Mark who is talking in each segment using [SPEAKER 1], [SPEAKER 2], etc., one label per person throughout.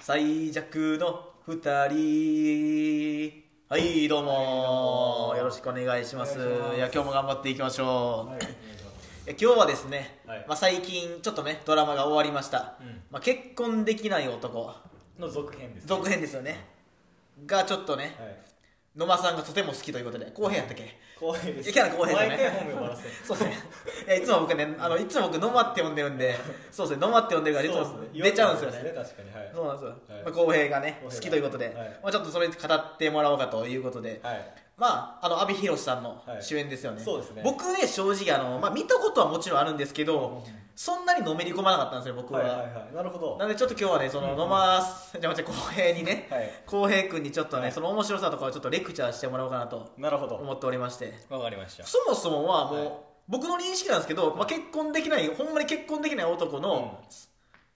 [SPEAKER 1] 最弱の二人はいどうも,、よろしくお願いしますい
[SPEAKER 2] お願いします
[SPEAKER 1] や今日も頑張っていきましょう、
[SPEAKER 2] はい
[SPEAKER 1] い、や今日はですね、
[SPEAKER 2] はい
[SPEAKER 1] まあ、最近ちょっとねドラマが終わりました、
[SPEAKER 2] うん
[SPEAKER 1] まあ、結婚できない男
[SPEAKER 2] の続編です、
[SPEAKER 1] 続編ですよねがちょっとね、
[SPEAKER 2] はい
[SPEAKER 1] 野間さんがとても好きということで後編やったっけ、
[SPEAKER 2] 後編です
[SPEAKER 1] いやキャラ後編だね
[SPEAKER 2] 毎回本名終わらせる
[SPEAKER 1] そうですねいやいつも僕ねあのいつも僕野間って呼んでるんでそうですね野間って呼んでるからいつ
[SPEAKER 2] そ
[SPEAKER 1] も
[SPEAKER 2] うですね
[SPEAKER 1] 出ちゃうんですよね
[SPEAKER 2] 確かにはい
[SPEAKER 1] そうなんですよ、
[SPEAKER 2] はい
[SPEAKER 1] まあ、公平がね
[SPEAKER 2] 公平が
[SPEAKER 1] 好きということで、
[SPEAKER 2] はい
[SPEAKER 1] まあ、ちょっとそれに語ってもらおうかということで、
[SPEAKER 2] はい
[SPEAKER 1] まああの阿部寛さんの
[SPEAKER 2] はい
[SPEAKER 1] 主演ですよね,、
[SPEAKER 2] そうですね
[SPEAKER 1] 僕ね正直あの、まあ、見たことはもちろんあるんですけど、
[SPEAKER 2] うん
[SPEAKER 1] そんなにのめり込まなかったんですよ僕は、
[SPEAKER 2] はいはいはいなるほど
[SPEAKER 1] なのでちょっと今日はねその野間す、じゃあ待って公平にね
[SPEAKER 2] はい
[SPEAKER 1] 公平君にちょっとね、
[SPEAKER 2] はい
[SPEAKER 1] その面白さとかをちょっとレクチャーしてもらおうかなと
[SPEAKER 2] なるほど
[SPEAKER 1] 思っておりまして
[SPEAKER 2] わかりました
[SPEAKER 1] そもそもはもう、
[SPEAKER 2] はい
[SPEAKER 1] 僕の認識なんですけど、まあ、結婚できないほんまに結婚できない男の
[SPEAKER 2] う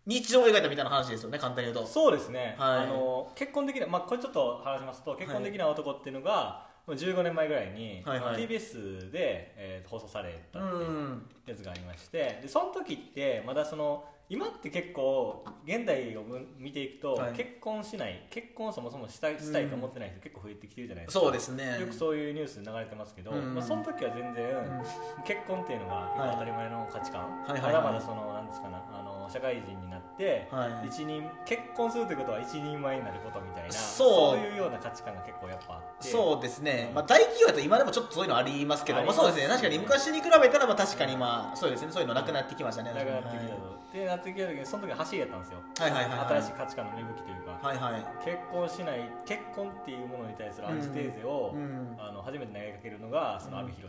[SPEAKER 1] 日常を描いたみたいな話ですよね簡単に言うと
[SPEAKER 2] そうですね、
[SPEAKER 1] はい
[SPEAKER 2] あの結婚できない、まあ、これちょっと話しますと結婚できない男っていうのが、もう15年前ぐらいに、
[SPEAKER 1] はいはい
[SPEAKER 2] TBS で、えー放送された
[SPEAKER 1] う
[SPEAKER 2] っていうんやつがありましてでその時ってまだその今って結構現代を見ていくと、
[SPEAKER 1] はい
[SPEAKER 2] 結婚しない結婚そもそもしたいしたいと思ってない人結構増えてきてるじゃないですか、
[SPEAKER 1] そうですね
[SPEAKER 2] よくそういうニュース流れてますけど、
[SPEAKER 1] うん
[SPEAKER 2] まあ、その時は全然、結婚っていうのが
[SPEAKER 1] はい
[SPEAKER 2] 今当たり前の価値観、
[SPEAKER 1] はいはいはい
[SPEAKER 2] まだまだそのなんですかなあの社会人になって、
[SPEAKER 1] はい
[SPEAKER 2] 一人結婚するということは一人前になることみたいな
[SPEAKER 1] そう
[SPEAKER 2] いうような価値観が結構やっぱあって
[SPEAKER 1] そうですね、まあ、大企業だと今でもちょっとそういうのありますけど、
[SPEAKER 2] あ
[SPEAKER 1] ま
[SPEAKER 2] り
[SPEAKER 1] あ、
[SPEAKER 2] ます
[SPEAKER 1] そうですね確かに昔に比べたらまあ確かにまあそうですねそういうのなくなってきましたね
[SPEAKER 2] だからやってきた
[SPEAKER 1] は
[SPEAKER 2] と、でなってきた時にその時は走りやったんですよ、
[SPEAKER 1] はいはいはいはい
[SPEAKER 2] 新しい価値観の芽吹きというか、
[SPEAKER 1] いはいはい
[SPEAKER 2] 結婚しない結婚っていうものに対するアンチテーゼを、
[SPEAKER 1] うん
[SPEAKER 2] あの初めて投げかけるのがその阿部寛、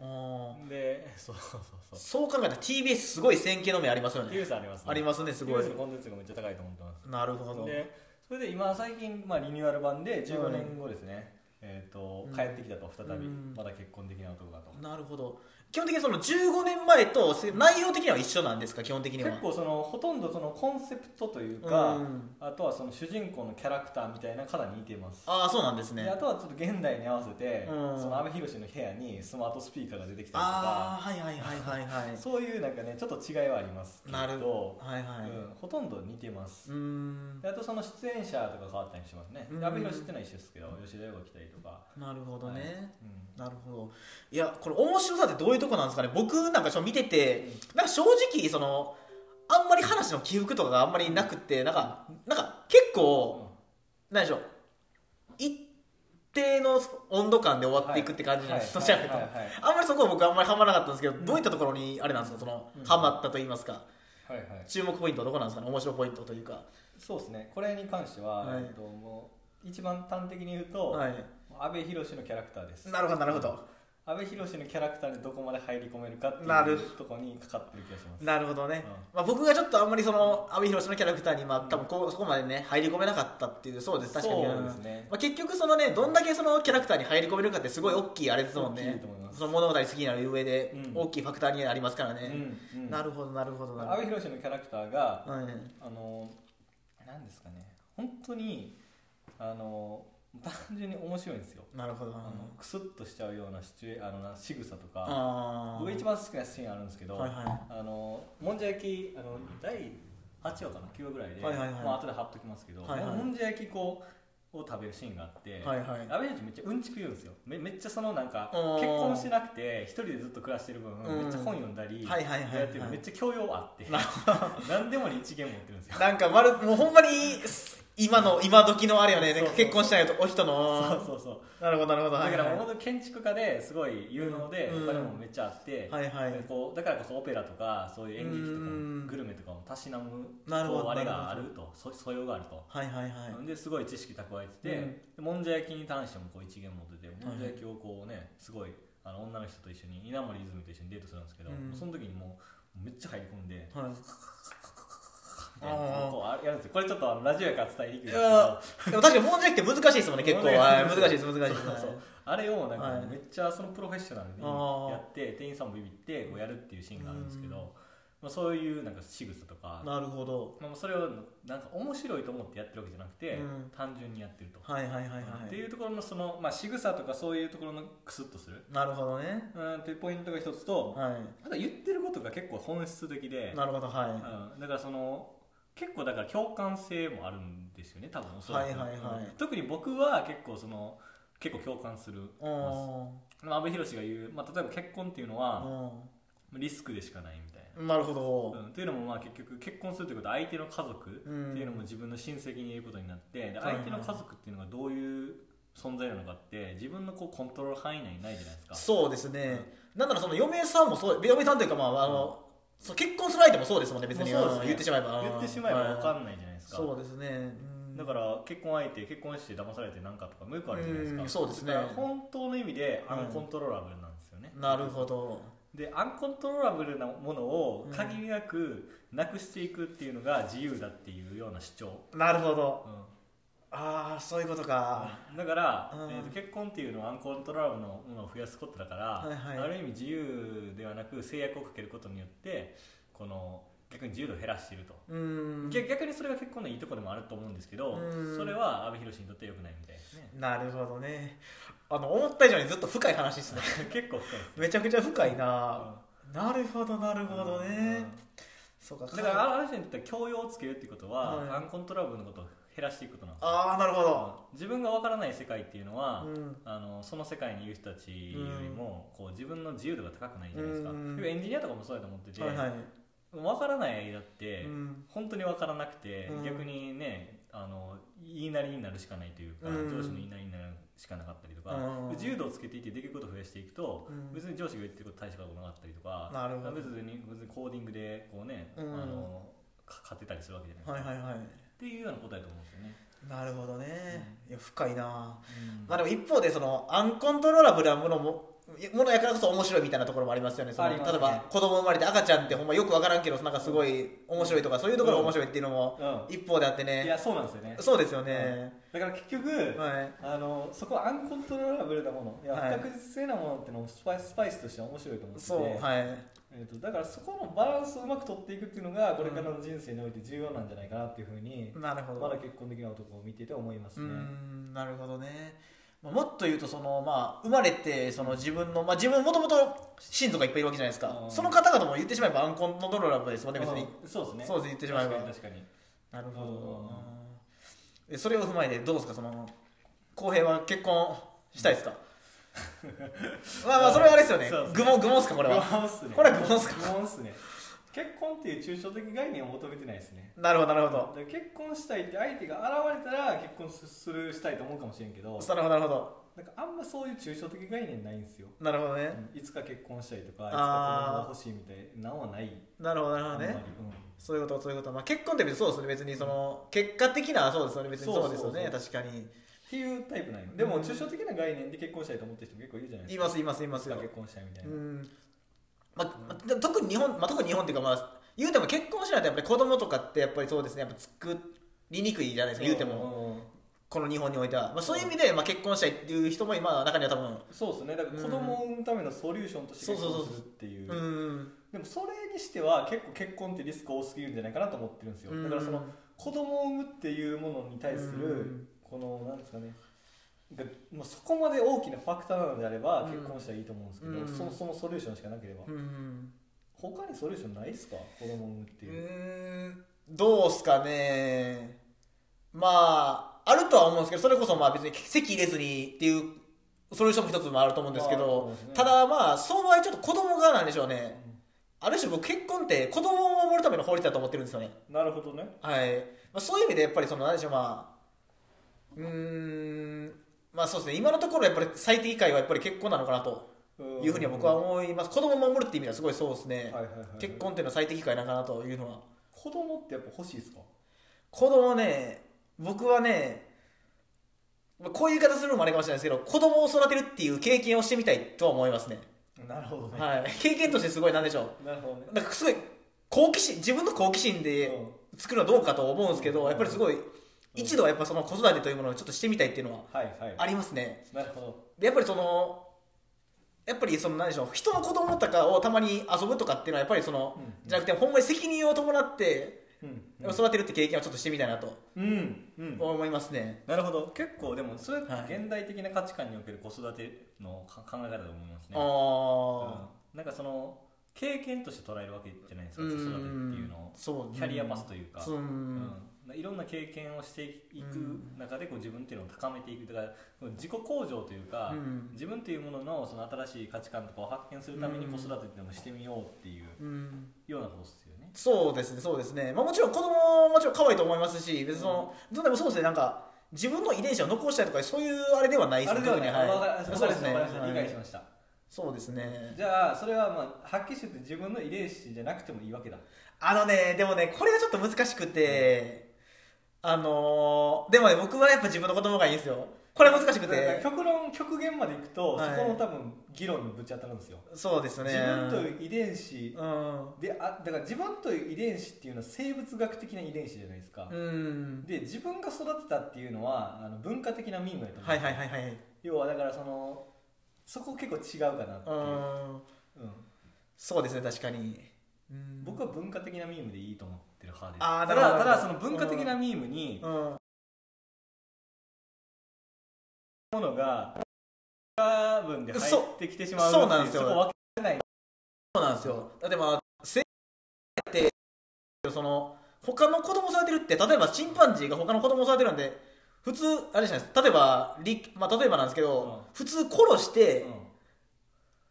[SPEAKER 1] おー
[SPEAKER 2] でそうそうそう
[SPEAKER 1] そ
[SPEAKER 2] そう
[SPEAKER 1] う考えたら TBS すごい線形の目ありますよ
[SPEAKER 2] ニュ
[SPEAKER 1] ね
[SPEAKER 2] ースあります
[SPEAKER 1] ありますねすごい
[SPEAKER 2] TBS のコンテンツがめっちゃ高いと思ってます
[SPEAKER 1] なるほど
[SPEAKER 2] でそれで今最近、まあ、リニューアル版で15年後ですね、えー、と
[SPEAKER 1] うん
[SPEAKER 2] 帰ってきたと再び、
[SPEAKER 1] うん
[SPEAKER 2] まだ結婚できない男がと、
[SPEAKER 1] なるほど基本的にその15年前とせ内容的には一緒なんですか基本的には
[SPEAKER 2] 結構そのほとんどそのコンセプトというか、
[SPEAKER 1] うん
[SPEAKER 2] あとはその主人公のキャラクターみたいなかなり似てます、
[SPEAKER 1] ああそうなんです
[SPEAKER 2] で
[SPEAKER 1] ね
[SPEAKER 2] あとはちょっと現代に合わせて、
[SPEAKER 1] うん
[SPEAKER 2] その阿部寛の部屋にスマートスピーカーが出てきたりと
[SPEAKER 1] あ
[SPEAKER 2] か
[SPEAKER 1] あはいはいはいはいはい
[SPEAKER 2] そういうなんかねちょっと違いはありますけど
[SPEAKER 1] なるほどはいはいう
[SPEAKER 2] うん、ほとんど似てます、
[SPEAKER 1] ーん
[SPEAKER 2] であとその出演者とか変わったりしますね、
[SPEAKER 1] うん
[SPEAKER 2] 阿部寛っていうのは一緒ですけど吉田洋が来たりとか
[SPEAKER 1] なるほどね、
[SPEAKER 2] はいうん
[SPEAKER 1] なるほどいやこれ面白さってどういうとこなんですかね僕なんかちょっと見ててなんか正直そのあんまり話の起伏とかがあんまりなくてなんかなんか結構何でしょう一定の温度感で終わっていくって感じなんです
[SPEAKER 2] はい
[SPEAKER 1] そしたら
[SPEAKER 2] はいはいはい
[SPEAKER 1] あんまりそこは僕あんまりハマらなかったんですけど、
[SPEAKER 2] ん
[SPEAKER 1] どういったところにあれなんですかその、
[SPEAKER 2] うん
[SPEAKER 1] ハマったと言いますか
[SPEAKER 2] はいはい、
[SPEAKER 1] 注目ポイントはどこなんですかね面白いポイントというか
[SPEAKER 2] そうですねこれに関しては、
[SPEAKER 1] はい
[SPEAKER 2] えっと、もう一番端的に言うと、
[SPEAKER 1] はい
[SPEAKER 2] 阿部寛のキャラクターです
[SPEAKER 1] なるほどなるほど
[SPEAKER 2] 阿部寛のキャラクターにどこまで入り込めるかってい
[SPEAKER 1] なる
[SPEAKER 2] うところにかかってる気がします
[SPEAKER 1] なるほどね、
[SPEAKER 2] うん
[SPEAKER 1] まあ、僕がちょっとあんまりその阿部寛のキャラクターにまあ多分こうそこまでね入り込めなかったっていうそうです確かに
[SPEAKER 2] そうですね
[SPEAKER 1] まあ、結局そのねどんだけそのキャラクターに入り込めるかってすごい大きいあれですもん
[SPEAKER 2] 大きい
[SPEAKER 1] ね
[SPEAKER 2] と思います
[SPEAKER 1] その物語好きになる上で
[SPEAKER 2] うん
[SPEAKER 1] 大きいファクターにありますからね、
[SPEAKER 2] うんうん
[SPEAKER 1] なるほどなるほどな
[SPEAKER 2] 阿
[SPEAKER 1] る
[SPEAKER 2] 部寛のキャラクターが
[SPEAKER 1] ほど、うん、
[SPEAKER 2] あのなんですかね本当にあの単純に面白いんですよ、
[SPEAKER 1] なるほど
[SPEAKER 2] あのクスッとしちゃうようなシチュエあのな仕草とか
[SPEAKER 1] あー
[SPEAKER 2] 僕一番好きなシーンあるんですけど、
[SPEAKER 1] はいは
[SPEAKER 2] あのもんじゃ焼きあの第8話かな9話ぐらいで、
[SPEAKER 1] はいはいはい
[SPEAKER 2] まあ後で貼っときますけど、
[SPEAKER 1] はいはい
[SPEAKER 2] もんじゃ焼きこうを食べるシーンがあって、
[SPEAKER 1] はいはい
[SPEAKER 2] 阿部寛めっちゃうんちく言うんですよめめっちゃそのなんか
[SPEAKER 1] あー
[SPEAKER 2] 結婚してなくて一人でずっと暮らしてる分、
[SPEAKER 1] うん
[SPEAKER 2] めっちゃ本読んだり、
[SPEAKER 1] はいはいはいはい
[SPEAKER 2] やってるめっちゃ教養あって 何でもに一元持ってるんですよ
[SPEAKER 1] いなんかまるもうほんまに今の今時のあれよねなんか
[SPEAKER 2] そうそうそう
[SPEAKER 1] 結婚しないとお人
[SPEAKER 2] そう
[SPEAKER 1] の
[SPEAKER 2] そうそう
[SPEAKER 1] なるほどなるほど
[SPEAKER 2] だ
[SPEAKER 1] は
[SPEAKER 2] か
[SPEAKER 1] い
[SPEAKER 2] ら
[SPEAKER 1] は
[SPEAKER 2] も
[SPEAKER 1] い
[SPEAKER 2] ともと建築家ですごい有能で、
[SPEAKER 1] うん
[SPEAKER 2] お金もめっちゃあって、
[SPEAKER 1] はいはい
[SPEAKER 2] こうだからこそオペラとかそういう演劇とか
[SPEAKER 1] うん
[SPEAKER 2] もグルメとかもたしなむ
[SPEAKER 1] なるほど
[SPEAKER 2] こうあれがあ
[SPEAKER 1] なる
[SPEAKER 2] るとそ素養があると、
[SPEAKER 1] はいはいはい
[SPEAKER 2] ですごい知識蓄えてて、でもんじゃ焼きに関してもこう一元持っててもんじゃ焼きをこうねすごいあの女の人と一緒に稲森泉と一緒にデートするんですけど、
[SPEAKER 1] うん
[SPEAKER 2] その時にもうめっちゃ入り込んで。
[SPEAKER 1] はい
[SPEAKER 2] みたいなこうあやるんですよこれちょっとあのラジオやから伝えにくいんですけ
[SPEAKER 1] いやで
[SPEAKER 2] ど
[SPEAKER 1] も確かにもんじゃ焼きって難しいですもんね結構
[SPEAKER 2] もんじゃ
[SPEAKER 1] はい
[SPEAKER 2] 焼き
[SPEAKER 1] 難しいです難しいです
[SPEAKER 2] そうそうあれをなんか
[SPEAKER 1] はい
[SPEAKER 2] めっちゃそのプロフェッショナルに
[SPEAKER 1] あー
[SPEAKER 2] やって店員さんもビビってこうやるっていうシーンがあるんですけど、まあ、そういうなんか仕草とか、ま
[SPEAKER 1] なるほど
[SPEAKER 2] あ、それをなんか面白いと思ってやってるわけじゃなくて、
[SPEAKER 1] うん
[SPEAKER 2] 単純にやってると、
[SPEAKER 1] はいはいはいはい
[SPEAKER 2] っていうところのその、まあ、仕草とかそういうところのクスッとする
[SPEAKER 1] なるほどね
[SPEAKER 2] うんっていうポイントが一つと、
[SPEAKER 1] はい
[SPEAKER 2] あと言ってることが結構本質的で、
[SPEAKER 1] なるほどはい
[SPEAKER 2] うん、だからその結構だから共感性もあるんですよね多分おそらく、
[SPEAKER 1] はいはいはい
[SPEAKER 2] 特に僕は結構その結構共感する
[SPEAKER 1] うん
[SPEAKER 2] まあ阿部寛が言う、まあ、例えば結婚っていうのはリスクでしかないみたい
[SPEAKER 1] うんなるほど
[SPEAKER 2] な、うん、というのもまあ結局結婚するということは相手の家族って
[SPEAKER 1] うん
[SPEAKER 2] いうのも自分の親戚にいることになってで
[SPEAKER 1] はいはい
[SPEAKER 2] 相手の家族っていうのがどういう存在なのかって自分のこうコントロール範囲内にないじゃないですか
[SPEAKER 1] そうですね、なんならその嫁さんもそう嫁さんというかまああの、そう結婚する相手もそうですもんね別に、
[SPEAKER 2] もうそうです
[SPEAKER 1] うん
[SPEAKER 2] ね
[SPEAKER 1] 言ってしまえば
[SPEAKER 2] 言ってしまえば分か
[SPEAKER 1] ない
[SPEAKER 2] んないじゃないですか、
[SPEAKER 1] そうですね、うん
[SPEAKER 2] だから結婚相手結婚して騙されてなんかとかもよくあるじゃないですか、
[SPEAKER 1] うんそうですね
[SPEAKER 2] だから本当の意味で
[SPEAKER 1] う
[SPEAKER 2] ア
[SPEAKER 1] ん
[SPEAKER 2] ンコントローラブルなんですよね、
[SPEAKER 1] なるほど
[SPEAKER 2] でアンコントローラブルなものを
[SPEAKER 1] うん
[SPEAKER 2] 限りなくなくしていくっていうのが自由だっていうような主張、
[SPEAKER 1] なるほど
[SPEAKER 2] うん
[SPEAKER 1] ああそういうことか、
[SPEAKER 2] だから、
[SPEAKER 1] うん
[SPEAKER 2] えーと結婚っていうのはアンコントローラブルのものを増やすことだから、
[SPEAKER 1] はいはい
[SPEAKER 2] ある意味自由ではなく制約をかけることによってこの逆に自由度を減らしていると、
[SPEAKER 1] うん
[SPEAKER 2] 逆逆にそれが結婚のいいところでもあると思うんですけど、
[SPEAKER 1] うん
[SPEAKER 2] それは阿部寛にとっては良くないみたいですね
[SPEAKER 1] なるほどねあの思った以上にずっと深い話ですね
[SPEAKER 2] 結構深いです
[SPEAKER 1] めちゃくちゃ深いな、なるほどなるほどね、そうか
[SPEAKER 2] うんだからある人にとっては教養をつけるってことは、
[SPEAKER 1] はい
[SPEAKER 2] アンコントラブルのことを減らしていくことなんですよ
[SPEAKER 1] ああなるほど、
[SPEAKER 2] 自分がわからない世界っていうのは、
[SPEAKER 1] うん
[SPEAKER 2] あのその世界にいる人たちよりも、こう自分の自由度が高くないじゃないですか、
[SPEAKER 1] うん
[SPEAKER 2] 要はエンジニアとかもそうやと思ってて、
[SPEAKER 1] はいはい、
[SPEAKER 2] わからない間って、
[SPEAKER 1] うん
[SPEAKER 2] 本当にわからなくて、
[SPEAKER 1] うん
[SPEAKER 2] 逆にねあの言いなりになるしかないというか、
[SPEAKER 1] うん
[SPEAKER 2] 上司の言いなりになるしかなかったりとか、
[SPEAKER 1] うん
[SPEAKER 2] 自由度をつけていってできることを増やしていくと、
[SPEAKER 1] うん
[SPEAKER 2] 別に上司が言ってること大したことなかったりとか
[SPEAKER 1] なるほど
[SPEAKER 2] 別に別にコーディングでこうね、
[SPEAKER 1] うん
[SPEAKER 2] あのか勝てたりするわけじゃないですか、
[SPEAKER 1] はいはいはい
[SPEAKER 2] っていうようなことだと思うんですよね。
[SPEAKER 1] なるほどね、いや深いな
[SPEAKER 2] うん
[SPEAKER 1] まあでも一方でそのアンコントローラブなものもものやからこそ面白いみたいなところもありますよねその
[SPEAKER 2] あります
[SPEAKER 1] 例え
[SPEAKER 2] ね
[SPEAKER 1] ば子供生まれて赤ちゃんってほんまよく分からんけどなんかすごい面白いとかそういうところが面白いっていうのも
[SPEAKER 2] う
[SPEAKER 1] 一方であって
[SPEAKER 2] ん、い
[SPEAKER 1] ね
[SPEAKER 2] やそうなんですよね
[SPEAKER 1] そうですよね、
[SPEAKER 2] だから結局、
[SPEAKER 1] はい
[SPEAKER 2] あのそこはアンコントローラブルなものいや、
[SPEAKER 1] はい
[SPEAKER 2] 不確実性なものってのもスパイスパイスとしては面白いと思ってて
[SPEAKER 1] そうはい
[SPEAKER 2] えー、とだからそこのバランスをうまく取っていくっていうのがこれからの人生において重要なんじゃないかなっていうふうに、
[SPEAKER 1] なるほど
[SPEAKER 2] まだ結婚できない男を見てて思います
[SPEAKER 1] う
[SPEAKER 2] ね。
[SPEAKER 1] んなるほどねまあもっと言うとその、まあ、生まれてその自分の、まあ、自分もともと親族がいっぱいいるわけじゃないですか
[SPEAKER 2] うん
[SPEAKER 1] その方々も言ってしまえばアンコントローラブですもんね別に
[SPEAKER 2] うんそうですね
[SPEAKER 1] そうです言ってしまえば
[SPEAKER 2] 確かに確かに
[SPEAKER 1] なるほ
[SPEAKER 2] うん
[SPEAKER 1] どえそれを踏まえてどうですかその浩平は結婚したいですかまあまあそれはあれですよね
[SPEAKER 2] そうです
[SPEAKER 1] 愚問愚問っすかこれは
[SPEAKER 2] 愚問っすね
[SPEAKER 1] これは愚問っすか
[SPEAKER 2] 愚問っすね結婚っていう抽象的概念を求めてないですね
[SPEAKER 1] なるほどなる
[SPEAKER 2] だ
[SPEAKER 1] ほど
[SPEAKER 2] から結婚したいって相手が現れたら結婚するしたいと思うかもしれんけど
[SPEAKER 1] なるほどなるほど
[SPEAKER 2] なんかあんまそういう抽象的概念ないんですよ、
[SPEAKER 1] なるほどね
[SPEAKER 2] うんいつか結婚したいとかいつか子供
[SPEAKER 1] あー
[SPEAKER 2] が欲しいみたいなのはない
[SPEAKER 1] なるほどなるほど
[SPEAKER 2] あん
[SPEAKER 1] ね
[SPEAKER 2] まりうん
[SPEAKER 1] そういうことそういうこと、まあ、結婚って別にそうですね別にその結果的なそうですよね別にそうですよね
[SPEAKER 2] そうそう
[SPEAKER 1] 確かに
[SPEAKER 2] っていうタイプなんよ
[SPEAKER 1] ん
[SPEAKER 2] でも抽象的な概念で結婚したいと思ってる人も結構いるじゃないで
[SPEAKER 1] い
[SPEAKER 2] すか
[SPEAKER 1] ますいますいますよ
[SPEAKER 2] 結婚したいみたいうな、
[SPEAKER 1] んまあまあでも特に日本、まあ、特に日本っていうかまあ言うても結婚しないとやっぱり子供とかってやっぱりそうですねやっぱ作りにくいじゃないですか言うても、
[SPEAKER 2] も
[SPEAKER 1] この日本においては、まあ、そういう意味で、まあ、結婚したいっていう人も今中には多分
[SPEAKER 2] そうですねだから子供を産むためのソリューションとして結
[SPEAKER 1] そうそう
[SPEAKER 2] 婚
[SPEAKER 1] そう
[SPEAKER 2] するっていう
[SPEAKER 1] うーん
[SPEAKER 2] でもそれにしては結構結婚ってリスク多すぎるんじゃないかなと思ってるんですよ
[SPEAKER 1] うん
[SPEAKER 2] だからその子供を産むっていうものに対す
[SPEAKER 1] う
[SPEAKER 2] る
[SPEAKER 1] ん
[SPEAKER 2] このなんですかねがもうそこまで大きなファクターなのであれば
[SPEAKER 1] うん
[SPEAKER 2] 結婚したらいいと思うんですけど、
[SPEAKER 1] うん
[SPEAKER 2] そもそもソリューションしかなければ、
[SPEAKER 1] うん
[SPEAKER 2] 他にソリューションないですか子供を産むって
[SPEAKER 1] う
[SPEAKER 2] いう、
[SPEAKER 1] ーんどうすかねまああるとは思うんですけどそれこそまあ別に籍入れずにっていうソリューションも一つもあると思うんですけ
[SPEAKER 2] まあそう
[SPEAKER 1] ど
[SPEAKER 2] ですね
[SPEAKER 1] ただまあその場合ちょっと子供がなんでしょうねある種僕結婚って子供を守るための法律だと思ってるんですよね
[SPEAKER 2] なるほどね
[SPEAKER 1] はい、まあ、そういう意味でやっぱりその何でしょうまあうーんまあそうですね今のところやっぱり最適解はやっぱり結婚なのかなというふうには僕は思います子供を守るって意味ではすごいそうですね、
[SPEAKER 2] はいはいはい、
[SPEAKER 1] 結婚っていうのは最適解なのかなというのは
[SPEAKER 2] 子供ってやっぱ欲しいですか
[SPEAKER 1] 子供ね僕はねまあこういう言い方するのもあれかもしれないですけど子供を育てるっていう経験をしてみたいとは思いますね、
[SPEAKER 2] なるほどね、
[SPEAKER 1] はい、経験としてすごいなんでしょ
[SPEAKER 2] なるほどね
[SPEAKER 1] うなんかすごい好奇心自分の好奇心で、作るのはどうかと思うんですけどやっぱりすごい一度はやっぱその子育てというものをちょっとしてみたいっていうのは
[SPEAKER 2] はいはい
[SPEAKER 1] ありますね
[SPEAKER 2] なるほど
[SPEAKER 1] でやっぱりそのやっぱりその何でしょう人の子供とかをたまに遊ぶとかっていうのはやっぱりその、
[SPEAKER 2] うん
[SPEAKER 1] じゃなくてほんまに責任を伴って
[SPEAKER 2] うん
[SPEAKER 1] やっぱ育てるって経験をちょっとしてみたいなと
[SPEAKER 2] うん、うん、
[SPEAKER 1] 思いますね、
[SPEAKER 2] なるほど結構でもそれって
[SPEAKER 1] はい
[SPEAKER 2] 現代的な価値観における子育てのか考え方だと思いますね、
[SPEAKER 1] ああ
[SPEAKER 2] うんなんかその経験として捉えるわけじゃないですか
[SPEAKER 1] う
[SPEAKER 2] 子
[SPEAKER 1] ん
[SPEAKER 2] 育てっていうのを
[SPEAKER 1] そう
[SPEAKER 2] キャリアパスというか、
[SPEAKER 1] そううん
[SPEAKER 2] うんいろんな経験をしていく中でこう自分っていうのを高めていくとか自己向上というか、
[SPEAKER 1] うん
[SPEAKER 2] 自分というもののその新しい価値観とかを発見するために子育てっていうのもしてみようっていう
[SPEAKER 1] うん
[SPEAKER 2] ようなことですよね。
[SPEAKER 1] そうですね、そうですね。まあ、もちろん子供ももちろん可愛いと思いますし、別にその、どんでもそうですね、なんか、自分の遺伝子を残したいとか、そういうあれではないです
[SPEAKER 2] あれではね、
[SPEAKER 1] 特に
[SPEAKER 2] わか
[SPEAKER 1] はい。
[SPEAKER 2] わ
[SPEAKER 1] そ
[SPEAKER 2] か
[SPEAKER 1] うで
[SPEAKER 2] りますし
[SPEAKER 1] ね。
[SPEAKER 2] た、わかりました、理
[SPEAKER 1] は
[SPEAKER 2] 解し
[SPEAKER 1] い
[SPEAKER 2] ました。
[SPEAKER 1] そうですね。
[SPEAKER 2] じゃあ、それはまあ、はっきりしてて自分の遺伝子じゃなくてもいいわけだ。
[SPEAKER 1] あのね、でもね、これがちょっと難しくて、あのーでもね、僕はやっぱ自分の子供がいいんですよ。これは難しく
[SPEAKER 2] だから
[SPEAKER 1] て。
[SPEAKER 2] 極論、極限までいくと、
[SPEAKER 1] はい
[SPEAKER 2] そこの多分、議論にぶち当たるんですよ。
[SPEAKER 1] そうですね。
[SPEAKER 2] 自分という遺伝子
[SPEAKER 1] うん。
[SPEAKER 2] であ、だから自分という遺伝子っていうのは生物学的な遺伝子じゃないですか。
[SPEAKER 1] うん。
[SPEAKER 2] で、自分が育てたっていうのは、あの文化的なミームやと思う。
[SPEAKER 1] はいはいはいはい。
[SPEAKER 2] 要はだから、その、そこ結構違うかなっていうう。
[SPEAKER 1] ん。
[SPEAKER 2] うん
[SPEAKER 1] そうですね、確かに。うん
[SPEAKER 2] 僕は文化的なミームでいいと思ってる派です
[SPEAKER 1] あー
[SPEAKER 2] た
[SPEAKER 1] なる
[SPEAKER 2] だ
[SPEAKER 1] ほど
[SPEAKER 2] ただその文化的なミームに
[SPEAKER 1] うん。
[SPEAKER 2] ものが文化分で入ってきてしまう
[SPEAKER 1] そうそうなんですよ
[SPEAKER 2] そこ分けない
[SPEAKER 1] そうなんですよ。だってまあ、生って、その、他の子供を育てるって、例えばチンパンジーが他の子供を育てるんで、普通、あれじゃないですか、例えば、りまあ、例えばなんですけど、普通殺して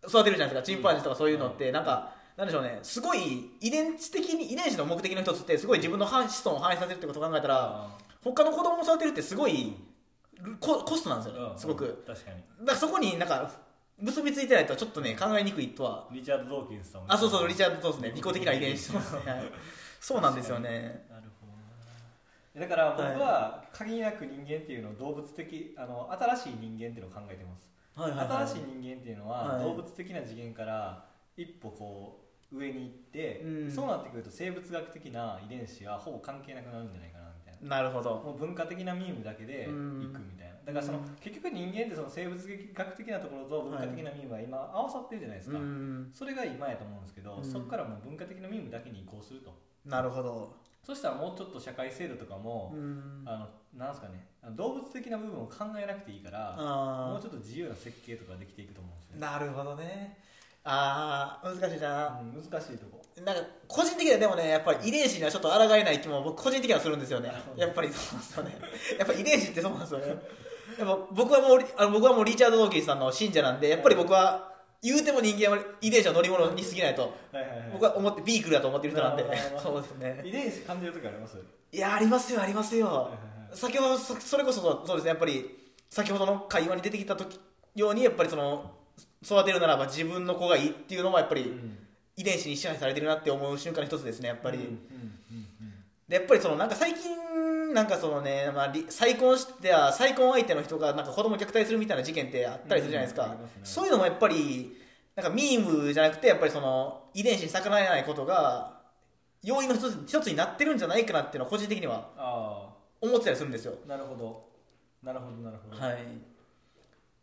[SPEAKER 1] 育てるじゃないですか、チンパンジーとかそういうのって、なんか、なんでしょうね、すごい遺伝子的に、遺伝子の目的の一つって、すごい自分の反子孫を反映させるってことを考えたら、他の子供を育てるってすごい、ココストなんですよね、すごく。
[SPEAKER 2] 確かに
[SPEAKER 1] だからそこになんか、結びついてないとちょっとね、考えにくいとは
[SPEAKER 2] リチャード・ドーキンスさん
[SPEAKER 1] あ、そうそう、リチ
[SPEAKER 2] ャー
[SPEAKER 1] ャード・そうですね、利己的な遺伝子そうですね。はいそうなんですよね。
[SPEAKER 2] ドなるほどなだから僕は限りなく人間っていうのを動物的あの新しい人間っていうのを考えてます
[SPEAKER 1] はい
[SPEAKER 2] 新しい人間っていうのは
[SPEAKER 1] はい
[SPEAKER 2] 動物的な次元から一歩こう上に行って、
[SPEAKER 1] うん
[SPEAKER 2] そうなってくると生物学的な遺伝子はほぼ関係なくなるんじゃないかなみたいな
[SPEAKER 1] なるほど。
[SPEAKER 2] もう文化的なミームだけで行くみたいなだからその
[SPEAKER 1] うん
[SPEAKER 2] 結局人間ってその生物学的なところと文化的なミームは今合わさってるじゃないです
[SPEAKER 1] う
[SPEAKER 2] か、
[SPEAKER 1] ん、
[SPEAKER 2] それが今やと思うんですけど、
[SPEAKER 1] うん
[SPEAKER 2] そこからもう文化的なミームだけに移行すると
[SPEAKER 1] なるほど。
[SPEAKER 2] そしたらもうちょっと社会制度とかも、
[SPEAKER 1] うん
[SPEAKER 2] あのなんですかねあの動物的な部分を考えなくていいから、も
[SPEAKER 1] あ
[SPEAKER 2] うちょっと自由な設計とかできていくと思うんですよ
[SPEAKER 1] ーなるほどね。あー、難しいな。
[SPEAKER 2] うん難しいとこ
[SPEAKER 1] なんか、個人的にはでもね、やっぱり遺伝子にはちょっと抗えない気も僕個人的にはするんですよね
[SPEAKER 2] なるほ。ど
[SPEAKER 1] やっぱりそうなんですよね。やっぱ遺伝子ってそうなんですよね。やっぱ僕はもう、あの僕はもうリチャード・ドーキンスさんの信者なんで、やっぱり僕は、言うても人間は遺伝子は乗り物に過ぎないと、
[SPEAKER 2] はいはいはい
[SPEAKER 1] 僕は思って、ビークルだと思ってる人なんで
[SPEAKER 2] なるほどなる、ほ
[SPEAKER 1] そうですね。
[SPEAKER 2] 遺伝子感じるとかあります
[SPEAKER 1] いやありますよありますよ
[SPEAKER 2] いはいは
[SPEAKER 1] 先ほどそそれこそそうそうですねやっぱり先ほどの会話に出てきた時ようにやっぱりその育てるならば自分の子がいいっていうのもやっぱり遺伝子に支配されてるなって思う瞬間の一つですねやっぱり、
[SPEAKER 2] うんうん
[SPEAKER 1] でやっぱりそのなんか最近なんかそのね、まあ、り再婚しては再婚相手の人がなんか子供を虐待するみたいな事件ってあったりするじゃないですか、
[SPEAKER 2] うんありますね
[SPEAKER 1] そういうのもやっぱりなんかミームじゃなくてやっぱりその遺伝子に逆らえないことが要因の一つ一つになってるんじゃないかなっていうのは個人的には
[SPEAKER 2] あ
[SPEAKER 1] 思ってたりするんですよ
[SPEAKER 2] あなるほどなるほどなるほど、
[SPEAKER 1] はい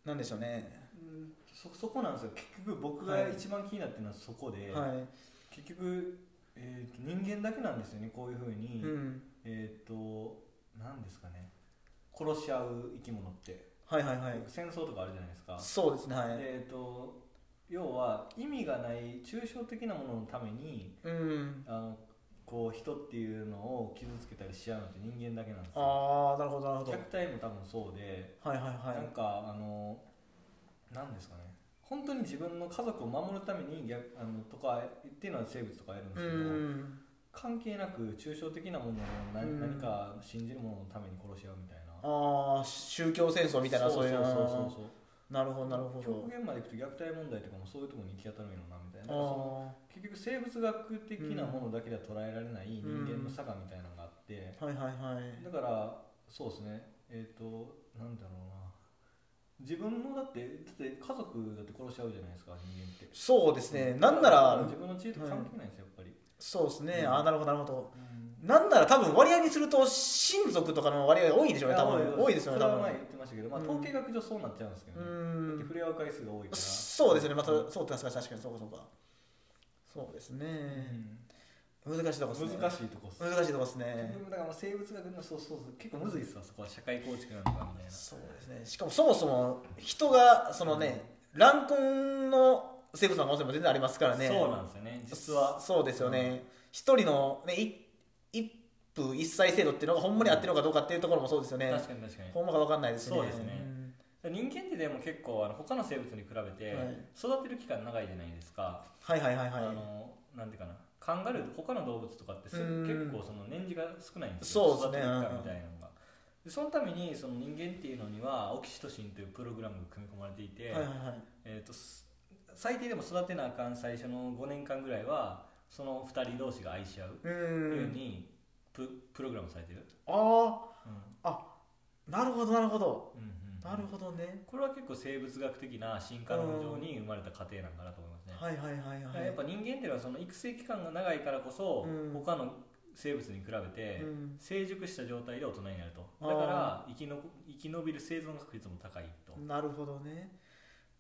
[SPEAKER 1] なんでしょうね
[SPEAKER 2] うんそそこなんですよ結局僕が一番気になってるのはそこで、
[SPEAKER 1] は
[SPEAKER 2] 結局、えーと人間だけなんですよねこういうふう
[SPEAKER 1] い
[SPEAKER 2] に、
[SPEAKER 1] うん
[SPEAKER 2] えっ、となんですかね殺し合う生き物って
[SPEAKER 1] はいはいはい
[SPEAKER 2] 戦争とかあるじゃないですか
[SPEAKER 1] そうですねはい
[SPEAKER 2] えっ、と要は意味がない抽象的なもののために
[SPEAKER 1] うん
[SPEAKER 2] あのこう人っていうのを傷つけたりし合うのって人間だけなんですよ
[SPEAKER 1] ああなるほどなるほど
[SPEAKER 2] 虐待も多分そうで、
[SPEAKER 1] はいはい
[SPEAKER 2] なん
[SPEAKER 1] は
[SPEAKER 2] かあのなんですかね本当に自分の家族を守るために逆あのとかっていうのは生物とかやるん
[SPEAKER 1] いう
[SPEAKER 2] ですけど、
[SPEAKER 1] ん
[SPEAKER 2] 関係なく抽象的なものを
[SPEAKER 1] う
[SPEAKER 2] 何
[SPEAKER 1] ん
[SPEAKER 2] 何か信じるもののために殺し合うみたいな
[SPEAKER 1] ああ宗教戦争みたいなそういう
[SPEAKER 2] そうそうそうそう
[SPEAKER 1] なるほどなるほ
[SPEAKER 2] 極
[SPEAKER 1] ど
[SPEAKER 2] 限までいくと虐待問題とかもそういうところに行き当たるんやろなみたいななんかその
[SPEAKER 1] あ
[SPEAKER 2] 結局生物学的なものだけでは捉えられない人間の差がみたいなのがあって、
[SPEAKER 1] あはいはいはい
[SPEAKER 2] だからそうですねえっ、となんだろうな自分のだってだって家族だって殺し合うじゃないですか人間って
[SPEAKER 1] そうですねなんなら
[SPEAKER 2] 自分の地位と関係ないんですよ、やっ
[SPEAKER 1] そうですね
[SPEAKER 2] うん
[SPEAKER 1] ああなるほどなるほど
[SPEAKER 2] ぱり、うん
[SPEAKER 1] なんなら多分割合にすると親族とかの割合が多いんでしょうね多分多いですよね
[SPEAKER 2] そ
[SPEAKER 1] 多
[SPEAKER 2] れは前
[SPEAKER 1] 分
[SPEAKER 2] 言ってましたけど、まあ、
[SPEAKER 1] うん
[SPEAKER 2] 統計学上そうなっちゃうんですけど
[SPEAKER 1] う
[SPEAKER 2] ね、だって
[SPEAKER 1] ん
[SPEAKER 2] 触れ合う回数が多いから
[SPEAKER 1] そうですねまた
[SPEAKER 2] うん
[SPEAKER 1] そう確かに確かにそうかそうかそうですね難しいとこですね
[SPEAKER 2] 難しいとこっす
[SPEAKER 1] 難しいとこですね
[SPEAKER 2] だからもう生物学のそうそうそう結構むずいっすわそこは社会構築なのかみたいな
[SPEAKER 1] そうですねしかもそもそも人がそのね、乱婚の生物の可能性も全然ありますからね
[SPEAKER 2] そうなんですよね実は
[SPEAKER 1] そうですよね一、人の、ね、い一夫一妻制度っていうのがほんまに合ってるのかどうかっていうところもそうですよね、
[SPEAKER 2] 確かに確かに
[SPEAKER 1] ほんまか分かんないですしね
[SPEAKER 2] そうですね人間ってでも結構あの他の生物に比べて
[SPEAKER 1] はい
[SPEAKER 2] 育てる期間長いじゃないですか、
[SPEAKER 1] はいはいはいはい
[SPEAKER 2] あのなんていうかなカンガルー他の動物とかってす
[SPEAKER 1] うん
[SPEAKER 2] 結構その年次が少ないんですよ
[SPEAKER 1] そうですね
[SPEAKER 2] 育てる期間みたいなのがでそのためにその人間っていうのにはオキシトシンというプログラムが組み込まれていて、
[SPEAKER 1] はいはいはい
[SPEAKER 2] えー、とす最低でも育てなあかん最初の5年間ぐらいはその2人同士が愛し合う
[SPEAKER 1] う
[SPEAKER 2] っていうふうんにププログラムされてる、
[SPEAKER 1] あ
[SPEAKER 2] うん
[SPEAKER 1] あなるほどなるほど
[SPEAKER 2] うんうん
[SPEAKER 1] なるほどね
[SPEAKER 2] これは結構生物学的な進化論上に生まれた過程なんかなと思いますね、
[SPEAKER 1] はいはいはい
[SPEAKER 2] だ
[SPEAKER 1] は
[SPEAKER 2] から
[SPEAKER 1] い
[SPEAKER 2] やっぱ人間っていうのはその育成期間が長いからこそ、
[SPEAKER 1] うん
[SPEAKER 2] 他の生物に比べて
[SPEAKER 1] うん
[SPEAKER 2] 成熟した状態で大人になると
[SPEAKER 1] あー
[SPEAKER 2] だから生きのこ生き延びる生存確率も高いと、
[SPEAKER 1] なるほどね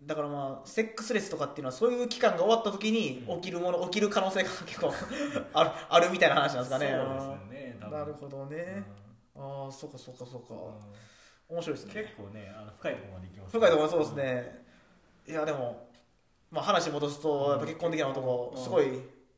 [SPEAKER 1] だからまあセックスレスとかっていうのはそういう期間が終わった時に
[SPEAKER 2] うん
[SPEAKER 1] 起きるもの、起きる可能性が 結構あるあるみたいな話なんです
[SPEAKER 2] そ
[SPEAKER 1] か
[SPEAKER 2] うで
[SPEAKER 1] ね
[SPEAKER 2] すよね多分
[SPEAKER 1] なるほどね、ああそうかそうかそうか、
[SPEAKER 2] うんうん
[SPEAKER 1] 面白いです
[SPEAKER 2] 結
[SPEAKER 1] ね
[SPEAKER 2] 構ねあの深いところまでいきますね
[SPEAKER 1] 深いところそうですね、いやでも、まあ、話戻すと、
[SPEAKER 2] うん
[SPEAKER 1] やっぱ結婚的な男、
[SPEAKER 2] うん
[SPEAKER 1] すごい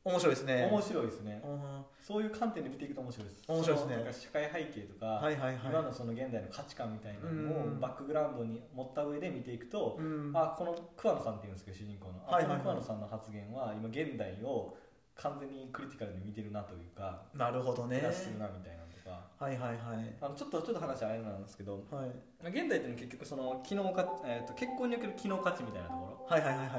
[SPEAKER 1] 面白いです
[SPEAKER 2] うん
[SPEAKER 1] ね
[SPEAKER 2] 面白いですね
[SPEAKER 1] うん
[SPEAKER 2] そういう観点で見ていくと面白いです
[SPEAKER 1] 面白いですね
[SPEAKER 2] そのなんか社会背景とか、
[SPEAKER 1] はいはいはい
[SPEAKER 2] 今のその現代の価値観みたいな
[SPEAKER 1] う
[SPEAKER 2] の
[SPEAKER 1] ん
[SPEAKER 2] をバックグラウンドに持った上で見ていくと、
[SPEAKER 1] うん
[SPEAKER 2] あこの桑野さんっていうんですけど主人公の、あ
[SPEAKER 1] はいはいはい
[SPEAKER 2] この桑野さんの発言は今現代を完全にクリティカルに見てるなというか
[SPEAKER 1] なるほどね
[SPEAKER 2] 照らしてるなみたいなのとか
[SPEAKER 1] はいはいはい
[SPEAKER 2] あのちょっとちょっと話あれなんですけど
[SPEAKER 1] はい
[SPEAKER 2] 現代っていうのは結局その機能か、えー、と結婚における機能価値みたいなところ
[SPEAKER 1] はいはいはいは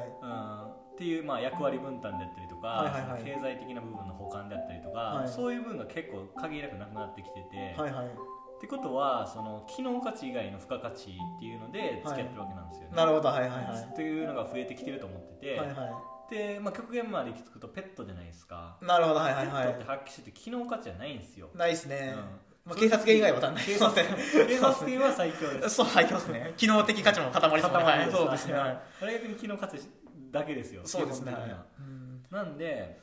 [SPEAKER 1] い
[SPEAKER 2] うんっていうまあ役割分担であったりとか、
[SPEAKER 1] はいはいはい
[SPEAKER 2] その経済的な部分の補完であったりとか、
[SPEAKER 1] はい
[SPEAKER 2] そういう部分が結構限りなくなくなってきてて、
[SPEAKER 1] はいはい
[SPEAKER 2] ってことはその機能価値以外の付加価値っていうので付き合ってるわけなんですよね。
[SPEAKER 1] なるほどはいはいはいは
[SPEAKER 2] というのが増えてきてると思ってて、
[SPEAKER 1] いは
[SPEAKER 2] で、まあ、極限まで行き着くとペットじゃないですか、
[SPEAKER 1] いなるほどはいはいは
[SPEAKER 2] ペットって
[SPEAKER 1] い
[SPEAKER 2] 発揮してて機能価値じゃないんですよ、
[SPEAKER 1] ないです
[SPEAKER 2] うん
[SPEAKER 1] ね、まあ、警察系以外は足んない
[SPEAKER 2] 警
[SPEAKER 1] すいませ
[SPEAKER 2] 察
[SPEAKER 1] ん
[SPEAKER 2] 警察系は最強で す
[SPEAKER 1] そう入ってますね機能的価値の塊ですもんね
[SPEAKER 2] 塊
[SPEAKER 1] はいそうですね、
[SPEAKER 2] は
[SPEAKER 1] はいい、
[SPEAKER 2] あれが逆に機能価値だけですよ
[SPEAKER 1] そうですね
[SPEAKER 2] 基本
[SPEAKER 1] は
[SPEAKER 2] 的
[SPEAKER 1] い
[SPEAKER 2] にはなんで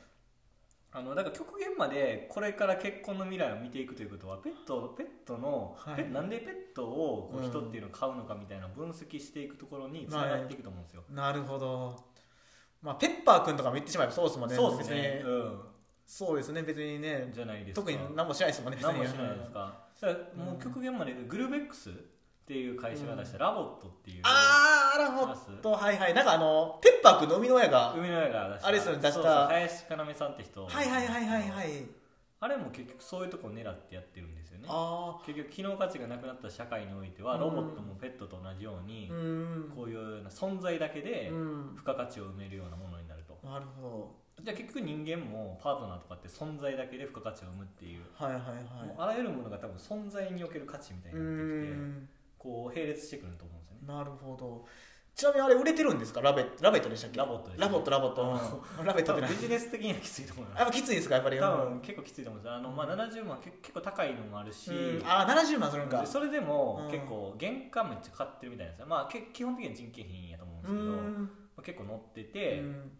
[SPEAKER 2] あのだから極限までこれから結婚の未来を見ていくということはペットペットの、
[SPEAKER 1] はい
[SPEAKER 2] ペットなんでペットをこ
[SPEAKER 1] う
[SPEAKER 2] うん人っていうのを飼うのかみたいな分析していくところにつながっていくと思うんですよ、
[SPEAKER 1] なるほどまあペッパーくんとかも言ってしまえばそうですもんね
[SPEAKER 2] そうですね、
[SPEAKER 1] 別に
[SPEAKER 2] う
[SPEAKER 1] そうですね別にね
[SPEAKER 2] ん、じゃないですか
[SPEAKER 1] 特に何もしないですもんね別に
[SPEAKER 2] 何もしないですかだからもう極限までグルベックスっていう会社が出したラボットっていう
[SPEAKER 1] あーラボットはいはいなんかあのペッパーくんの生みの親が、
[SPEAKER 2] 海の親が出した
[SPEAKER 1] あれですよね出した
[SPEAKER 2] そうそう林要さんって人
[SPEAKER 1] はいはいはいはいはい
[SPEAKER 2] あれも結局そういうとこ狙ってやってるんですよね
[SPEAKER 1] あ
[SPEAKER 2] 結局機能価値がなくなった社会においては
[SPEAKER 1] うん
[SPEAKER 2] ロボットもペットと同じよう
[SPEAKER 1] あ
[SPEAKER 2] に
[SPEAKER 1] う、ん
[SPEAKER 2] こういうような存在だけで
[SPEAKER 1] うん
[SPEAKER 2] 付加価値を埋めるようなものになると
[SPEAKER 1] なるほ
[SPEAKER 2] じゃあ結局人間もパートナーとかって存在だけで付加価値を生むっていう、
[SPEAKER 1] どはいはい
[SPEAKER 2] もう
[SPEAKER 1] は
[SPEAKER 2] あらゆるものが多分存在における価値みたい
[SPEAKER 1] い
[SPEAKER 2] に
[SPEAKER 1] う
[SPEAKER 2] なってきて
[SPEAKER 1] ん
[SPEAKER 2] こう並列してくると思うんですよね
[SPEAKER 1] なるほどちなみにあれ売れてるんですかラベラベットでしたっけ
[SPEAKER 2] ラボットです
[SPEAKER 1] ラボットラボットうんラベット
[SPEAKER 2] 多
[SPEAKER 1] って
[SPEAKER 2] 分
[SPEAKER 1] ない
[SPEAKER 2] ビジネス的にはきついと思います
[SPEAKER 1] あきついですかやっぱり
[SPEAKER 2] 多分結構きついと思うんですよあの、まあ、70万は結結構高いのもあるし、
[SPEAKER 1] うんああ70万するんか
[SPEAKER 2] でそれでも
[SPEAKER 1] うん
[SPEAKER 2] 結構原価めっちゃ買ってるみたいなんですよ、まあ、け基本的には人件費やと思うんです
[SPEAKER 1] う
[SPEAKER 2] けど、ま
[SPEAKER 1] ん
[SPEAKER 2] あ、結構乗ってて、
[SPEAKER 1] うん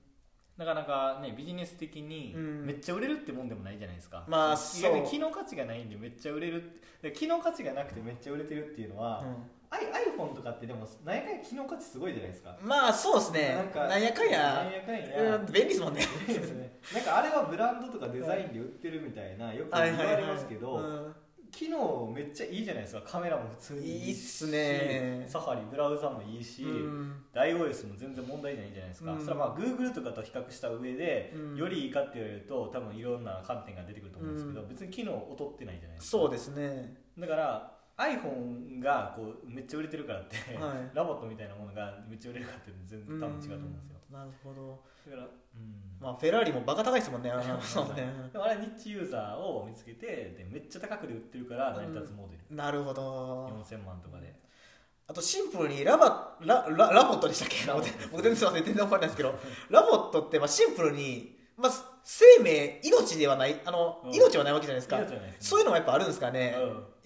[SPEAKER 2] なかなかねビジネス的に
[SPEAKER 1] うん
[SPEAKER 2] めっちゃ売れるってもんでもないじゃないですか、
[SPEAKER 1] まあ
[SPEAKER 2] 意外に
[SPEAKER 1] そう
[SPEAKER 2] 機能価値がないんでめっちゃ売れるってで機能価値がなくてめっちゃ売れてるっていうのは、アイ iPhone とかってでも何やかんや機能価値すごいじゃないですか
[SPEAKER 1] まあそうですね
[SPEAKER 2] なんか
[SPEAKER 1] なんやかん
[SPEAKER 2] な
[SPEAKER 1] や
[SPEAKER 2] んやかんや、
[SPEAKER 1] うん便利ですもんね
[SPEAKER 2] いいですねなんかあれはブランドとかデザインで売ってるみたいなよく言われますけ
[SPEAKER 1] はいはい
[SPEAKER 2] ど
[SPEAKER 1] はいうん
[SPEAKER 2] 機能めっちゃいいじゃないですかカメラも普通に
[SPEAKER 1] いいっすね
[SPEAKER 2] サファリブラウザもいいし、
[SPEAKER 1] うん、
[SPEAKER 2] iOS も全然問題ないじゃないですか、
[SPEAKER 1] うん
[SPEAKER 2] それはまあ Google とかと比較した上で、
[SPEAKER 1] うん
[SPEAKER 2] よりいいかって言われると多分いろんな観点が出てくると思うんですけど、
[SPEAKER 1] うん
[SPEAKER 2] 別に機能劣ってないじゃないですか
[SPEAKER 1] そうですね
[SPEAKER 2] だから iPhone がこうめっちゃ売れてるからって、
[SPEAKER 1] はい
[SPEAKER 2] ラボットみたいなものがめっちゃ売れるかって全然多分違うと思うんですよ、
[SPEAKER 1] なるほど
[SPEAKER 2] だから、うん
[SPEAKER 1] まあフェラーリもバカ高いです もんねあのそうね
[SPEAKER 2] でもあれはニッチユーザーを見つけてでめっちゃ高くで売ってるから成り立つモデル、
[SPEAKER 1] なるほど
[SPEAKER 2] 4000万とかで
[SPEAKER 1] あとシンプルにラバラララボットでしたっけ
[SPEAKER 2] ラボット
[SPEAKER 1] 僕全然すいません全然覚えてないですけどラボットってまあシンプルに、まあ、生命命ではないあの、
[SPEAKER 2] うん
[SPEAKER 1] 命はないわけじゃないですか
[SPEAKER 2] 命はないですね
[SPEAKER 1] そういうのもやっぱあるんですかね、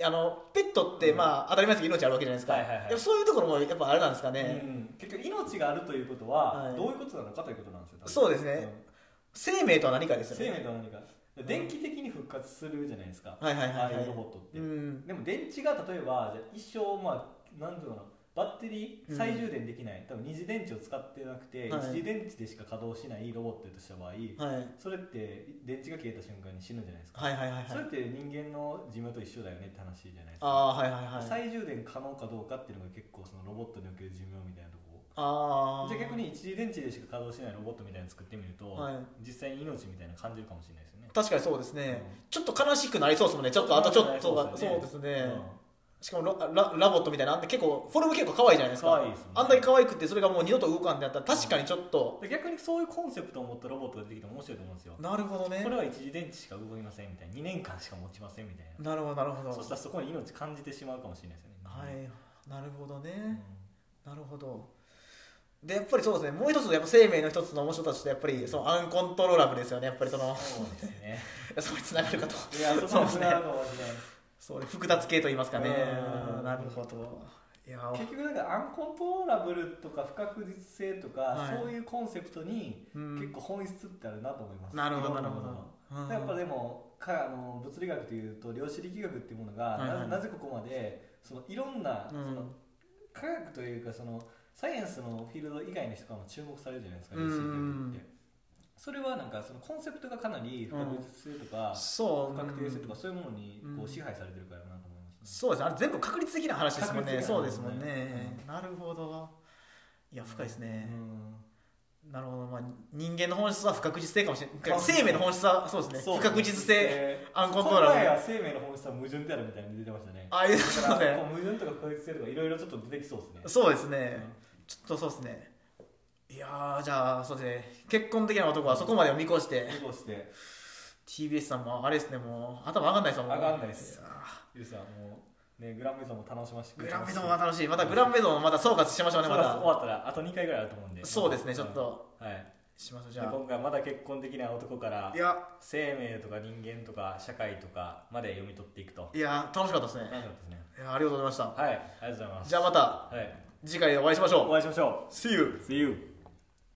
[SPEAKER 1] あのペットって、
[SPEAKER 2] うん
[SPEAKER 1] まあ当たり前ですけど命あるわけじゃないですか、
[SPEAKER 2] はいはいはい
[SPEAKER 1] でもそういうところもやっぱあれなんですか
[SPEAKER 2] う
[SPEAKER 1] ね、
[SPEAKER 2] ん、結局命があるということは、
[SPEAKER 1] はい
[SPEAKER 2] どういうことなのかということなんですよ多分
[SPEAKER 1] そうですね生命とは何かです
[SPEAKER 2] うん
[SPEAKER 1] よ
[SPEAKER 2] 生命
[SPEAKER 1] ね
[SPEAKER 2] とは何か電気的に復活するじゃないですか、
[SPEAKER 1] はいはいはいはい
[SPEAKER 2] ああいうロボットって、
[SPEAKER 1] うん
[SPEAKER 2] でも電池が例えばじゃあ一生まあ何ていうのかなバッテリ
[SPEAKER 1] う
[SPEAKER 2] ー
[SPEAKER 1] ん
[SPEAKER 2] 再充電できない、多分二次電池を使ってなくて、
[SPEAKER 1] はい
[SPEAKER 2] 一次電池でしか稼働しないロボットだとした場合、
[SPEAKER 1] はい
[SPEAKER 2] それって電池が切れた瞬間に死ぬじゃないですか、
[SPEAKER 1] はいはいはい
[SPEAKER 2] そ
[SPEAKER 1] は
[SPEAKER 2] れ
[SPEAKER 1] い
[SPEAKER 2] って人間の寿命と一緒だよねって話じゃないです
[SPEAKER 1] あ
[SPEAKER 2] か
[SPEAKER 1] あはいはいはい
[SPEAKER 2] 再充電可能かどうかっていうのが結構そのロボットにおける寿命みたいなとこ
[SPEAKER 1] ああ
[SPEAKER 2] じゃあ逆に一次電池でしか稼働しないロボットみたいなの作ってみると、
[SPEAKER 1] はい
[SPEAKER 2] 実際に命みたいなの感じるかもしれないですよね
[SPEAKER 1] 確かにそうですね、
[SPEAKER 2] うん
[SPEAKER 1] ちょっと悲しくなりそうですもんねちょっとあとちょっとが
[SPEAKER 2] 悲しくなり
[SPEAKER 1] そう
[SPEAKER 2] そう
[SPEAKER 1] で
[SPEAKER 2] ですす
[SPEAKER 1] ね、
[SPEAKER 2] うん
[SPEAKER 1] しかもロララボットみたいなあんで結構フォルム結構可愛いじゃないですか
[SPEAKER 2] 可愛いですね
[SPEAKER 1] あんだけ可愛くてそれがもう二度と動かんってなったら確かにちょっと、
[SPEAKER 2] で逆にそういうコンセプトを持ったロボットが出てきても面白いと思うんですよ
[SPEAKER 1] なるほどね
[SPEAKER 2] これは一時電池しか動きませんみたいな2年間しか持ちませんみたいな
[SPEAKER 1] なるほどなるほど
[SPEAKER 2] そしたらそこに命感じてしまうかもしれないですよね
[SPEAKER 1] はいなるほど
[SPEAKER 2] うん
[SPEAKER 1] ね、なるほどでやっぱりそうですねもう一つやっぱ生命の一つの面白さとしてやっぱりそのアンコントローラブルですよねやっぱりそ の
[SPEAKER 2] そうです ね
[SPEAKER 1] そこにつながるかと
[SPEAKER 2] いやそこ
[SPEAKER 1] そう
[SPEAKER 2] は
[SPEAKER 1] です
[SPEAKER 2] つ
[SPEAKER 1] ね
[SPEAKER 2] ながるかもしれない
[SPEAKER 1] そうね複雑系と言いますかね
[SPEAKER 2] うん
[SPEAKER 1] なるほどいや
[SPEAKER 2] 結局なんかアンコントローラブルとか不確実性とか、
[SPEAKER 1] はい
[SPEAKER 2] そういうコンセプトに
[SPEAKER 1] うん
[SPEAKER 2] 結構本質ってあるなと思います、
[SPEAKER 1] なるほど
[SPEAKER 2] い
[SPEAKER 1] な
[SPEAKER 2] ろん
[SPEAKER 1] る
[SPEAKER 2] も
[SPEAKER 1] ほ
[SPEAKER 2] のが
[SPEAKER 1] ど、うん
[SPEAKER 2] やっぱでもかあの物理学というと量子力学っていうものが、
[SPEAKER 1] はいはい
[SPEAKER 2] ななぜここまでそのいろんな、
[SPEAKER 1] うん
[SPEAKER 2] その科学というかそのサイエンスのフィールド以外の人からも注目されるじゃないですか
[SPEAKER 1] う
[SPEAKER 2] 量
[SPEAKER 1] ん
[SPEAKER 2] 子力学って。それはなんかそのコンセプトがかなり不確実性とか
[SPEAKER 1] そう
[SPEAKER 2] 不確定性と
[SPEAKER 1] う
[SPEAKER 2] か
[SPEAKER 1] ん
[SPEAKER 2] そういうものに
[SPEAKER 1] う
[SPEAKER 2] こ
[SPEAKER 1] ん
[SPEAKER 2] う支配されてるからなと思いますね。
[SPEAKER 1] そうですねあれ全部確率的な話ですもんね
[SPEAKER 2] 確率的な
[SPEAKER 1] そう
[SPEAKER 2] 話
[SPEAKER 1] で
[SPEAKER 2] ですすね
[SPEAKER 1] もんね、なるほどいや深いですね、なるほど、まあ、人間の本質は不確実性かもしれない生命の本質はそうですね不確実性アンコントロー
[SPEAKER 2] この前
[SPEAKER 1] ラ
[SPEAKER 2] は
[SPEAKER 1] ブ
[SPEAKER 2] 生命の本質は矛盾であるみたいに出てましたね。
[SPEAKER 1] ああいうこと
[SPEAKER 2] だから
[SPEAKER 1] ね
[SPEAKER 2] こう矛盾とか不確実性とかいろいろちょっと出てきそうですね。
[SPEAKER 1] そうですね、ちょっとそうですねいやーじゃあそうですね結婚的な男はそこまでを見越して
[SPEAKER 2] うんそうして
[SPEAKER 1] TBS さんもあれですねもう頭上がんないですよもう
[SPEAKER 2] 上がんないです
[SPEAKER 1] や
[SPEAKER 2] ゆうさんもうねグランメゾンも楽しまして
[SPEAKER 1] ーグランメゾンは
[SPEAKER 2] は
[SPEAKER 1] 楽しいまたグランメゾンもまた総括しましょうね
[SPEAKER 2] 終
[SPEAKER 1] ま
[SPEAKER 2] わ
[SPEAKER 1] た
[SPEAKER 2] ったらあと2回ぐらいあると思うんで
[SPEAKER 1] そうですねちょっと
[SPEAKER 2] うんはい
[SPEAKER 1] しましょう
[SPEAKER 2] で
[SPEAKER 1] じゃ
[SPEAKER 2] 今回まだ結婚できない男から
[SPEAKER 1] あいや
[SPEAKER 2] 生命とか人間とか社会とかまで読み取っていくと
[SPEAKER 1] いやー楽しかったですね
[SPEAKER 2] 楽しかったですね
[SPEAKER 1] いやーありがとうございました
[SPEAKER 2] はいありがとうございます
[SPEAKER 1] じゃあまた
[SPEAKER 2] はい
[SPEAKER 1] 次回お会いしましょ
[SPEAKER 2] お会いしましょ
[SPEAKER 1] う See you!
[SPEAKER 2] う See you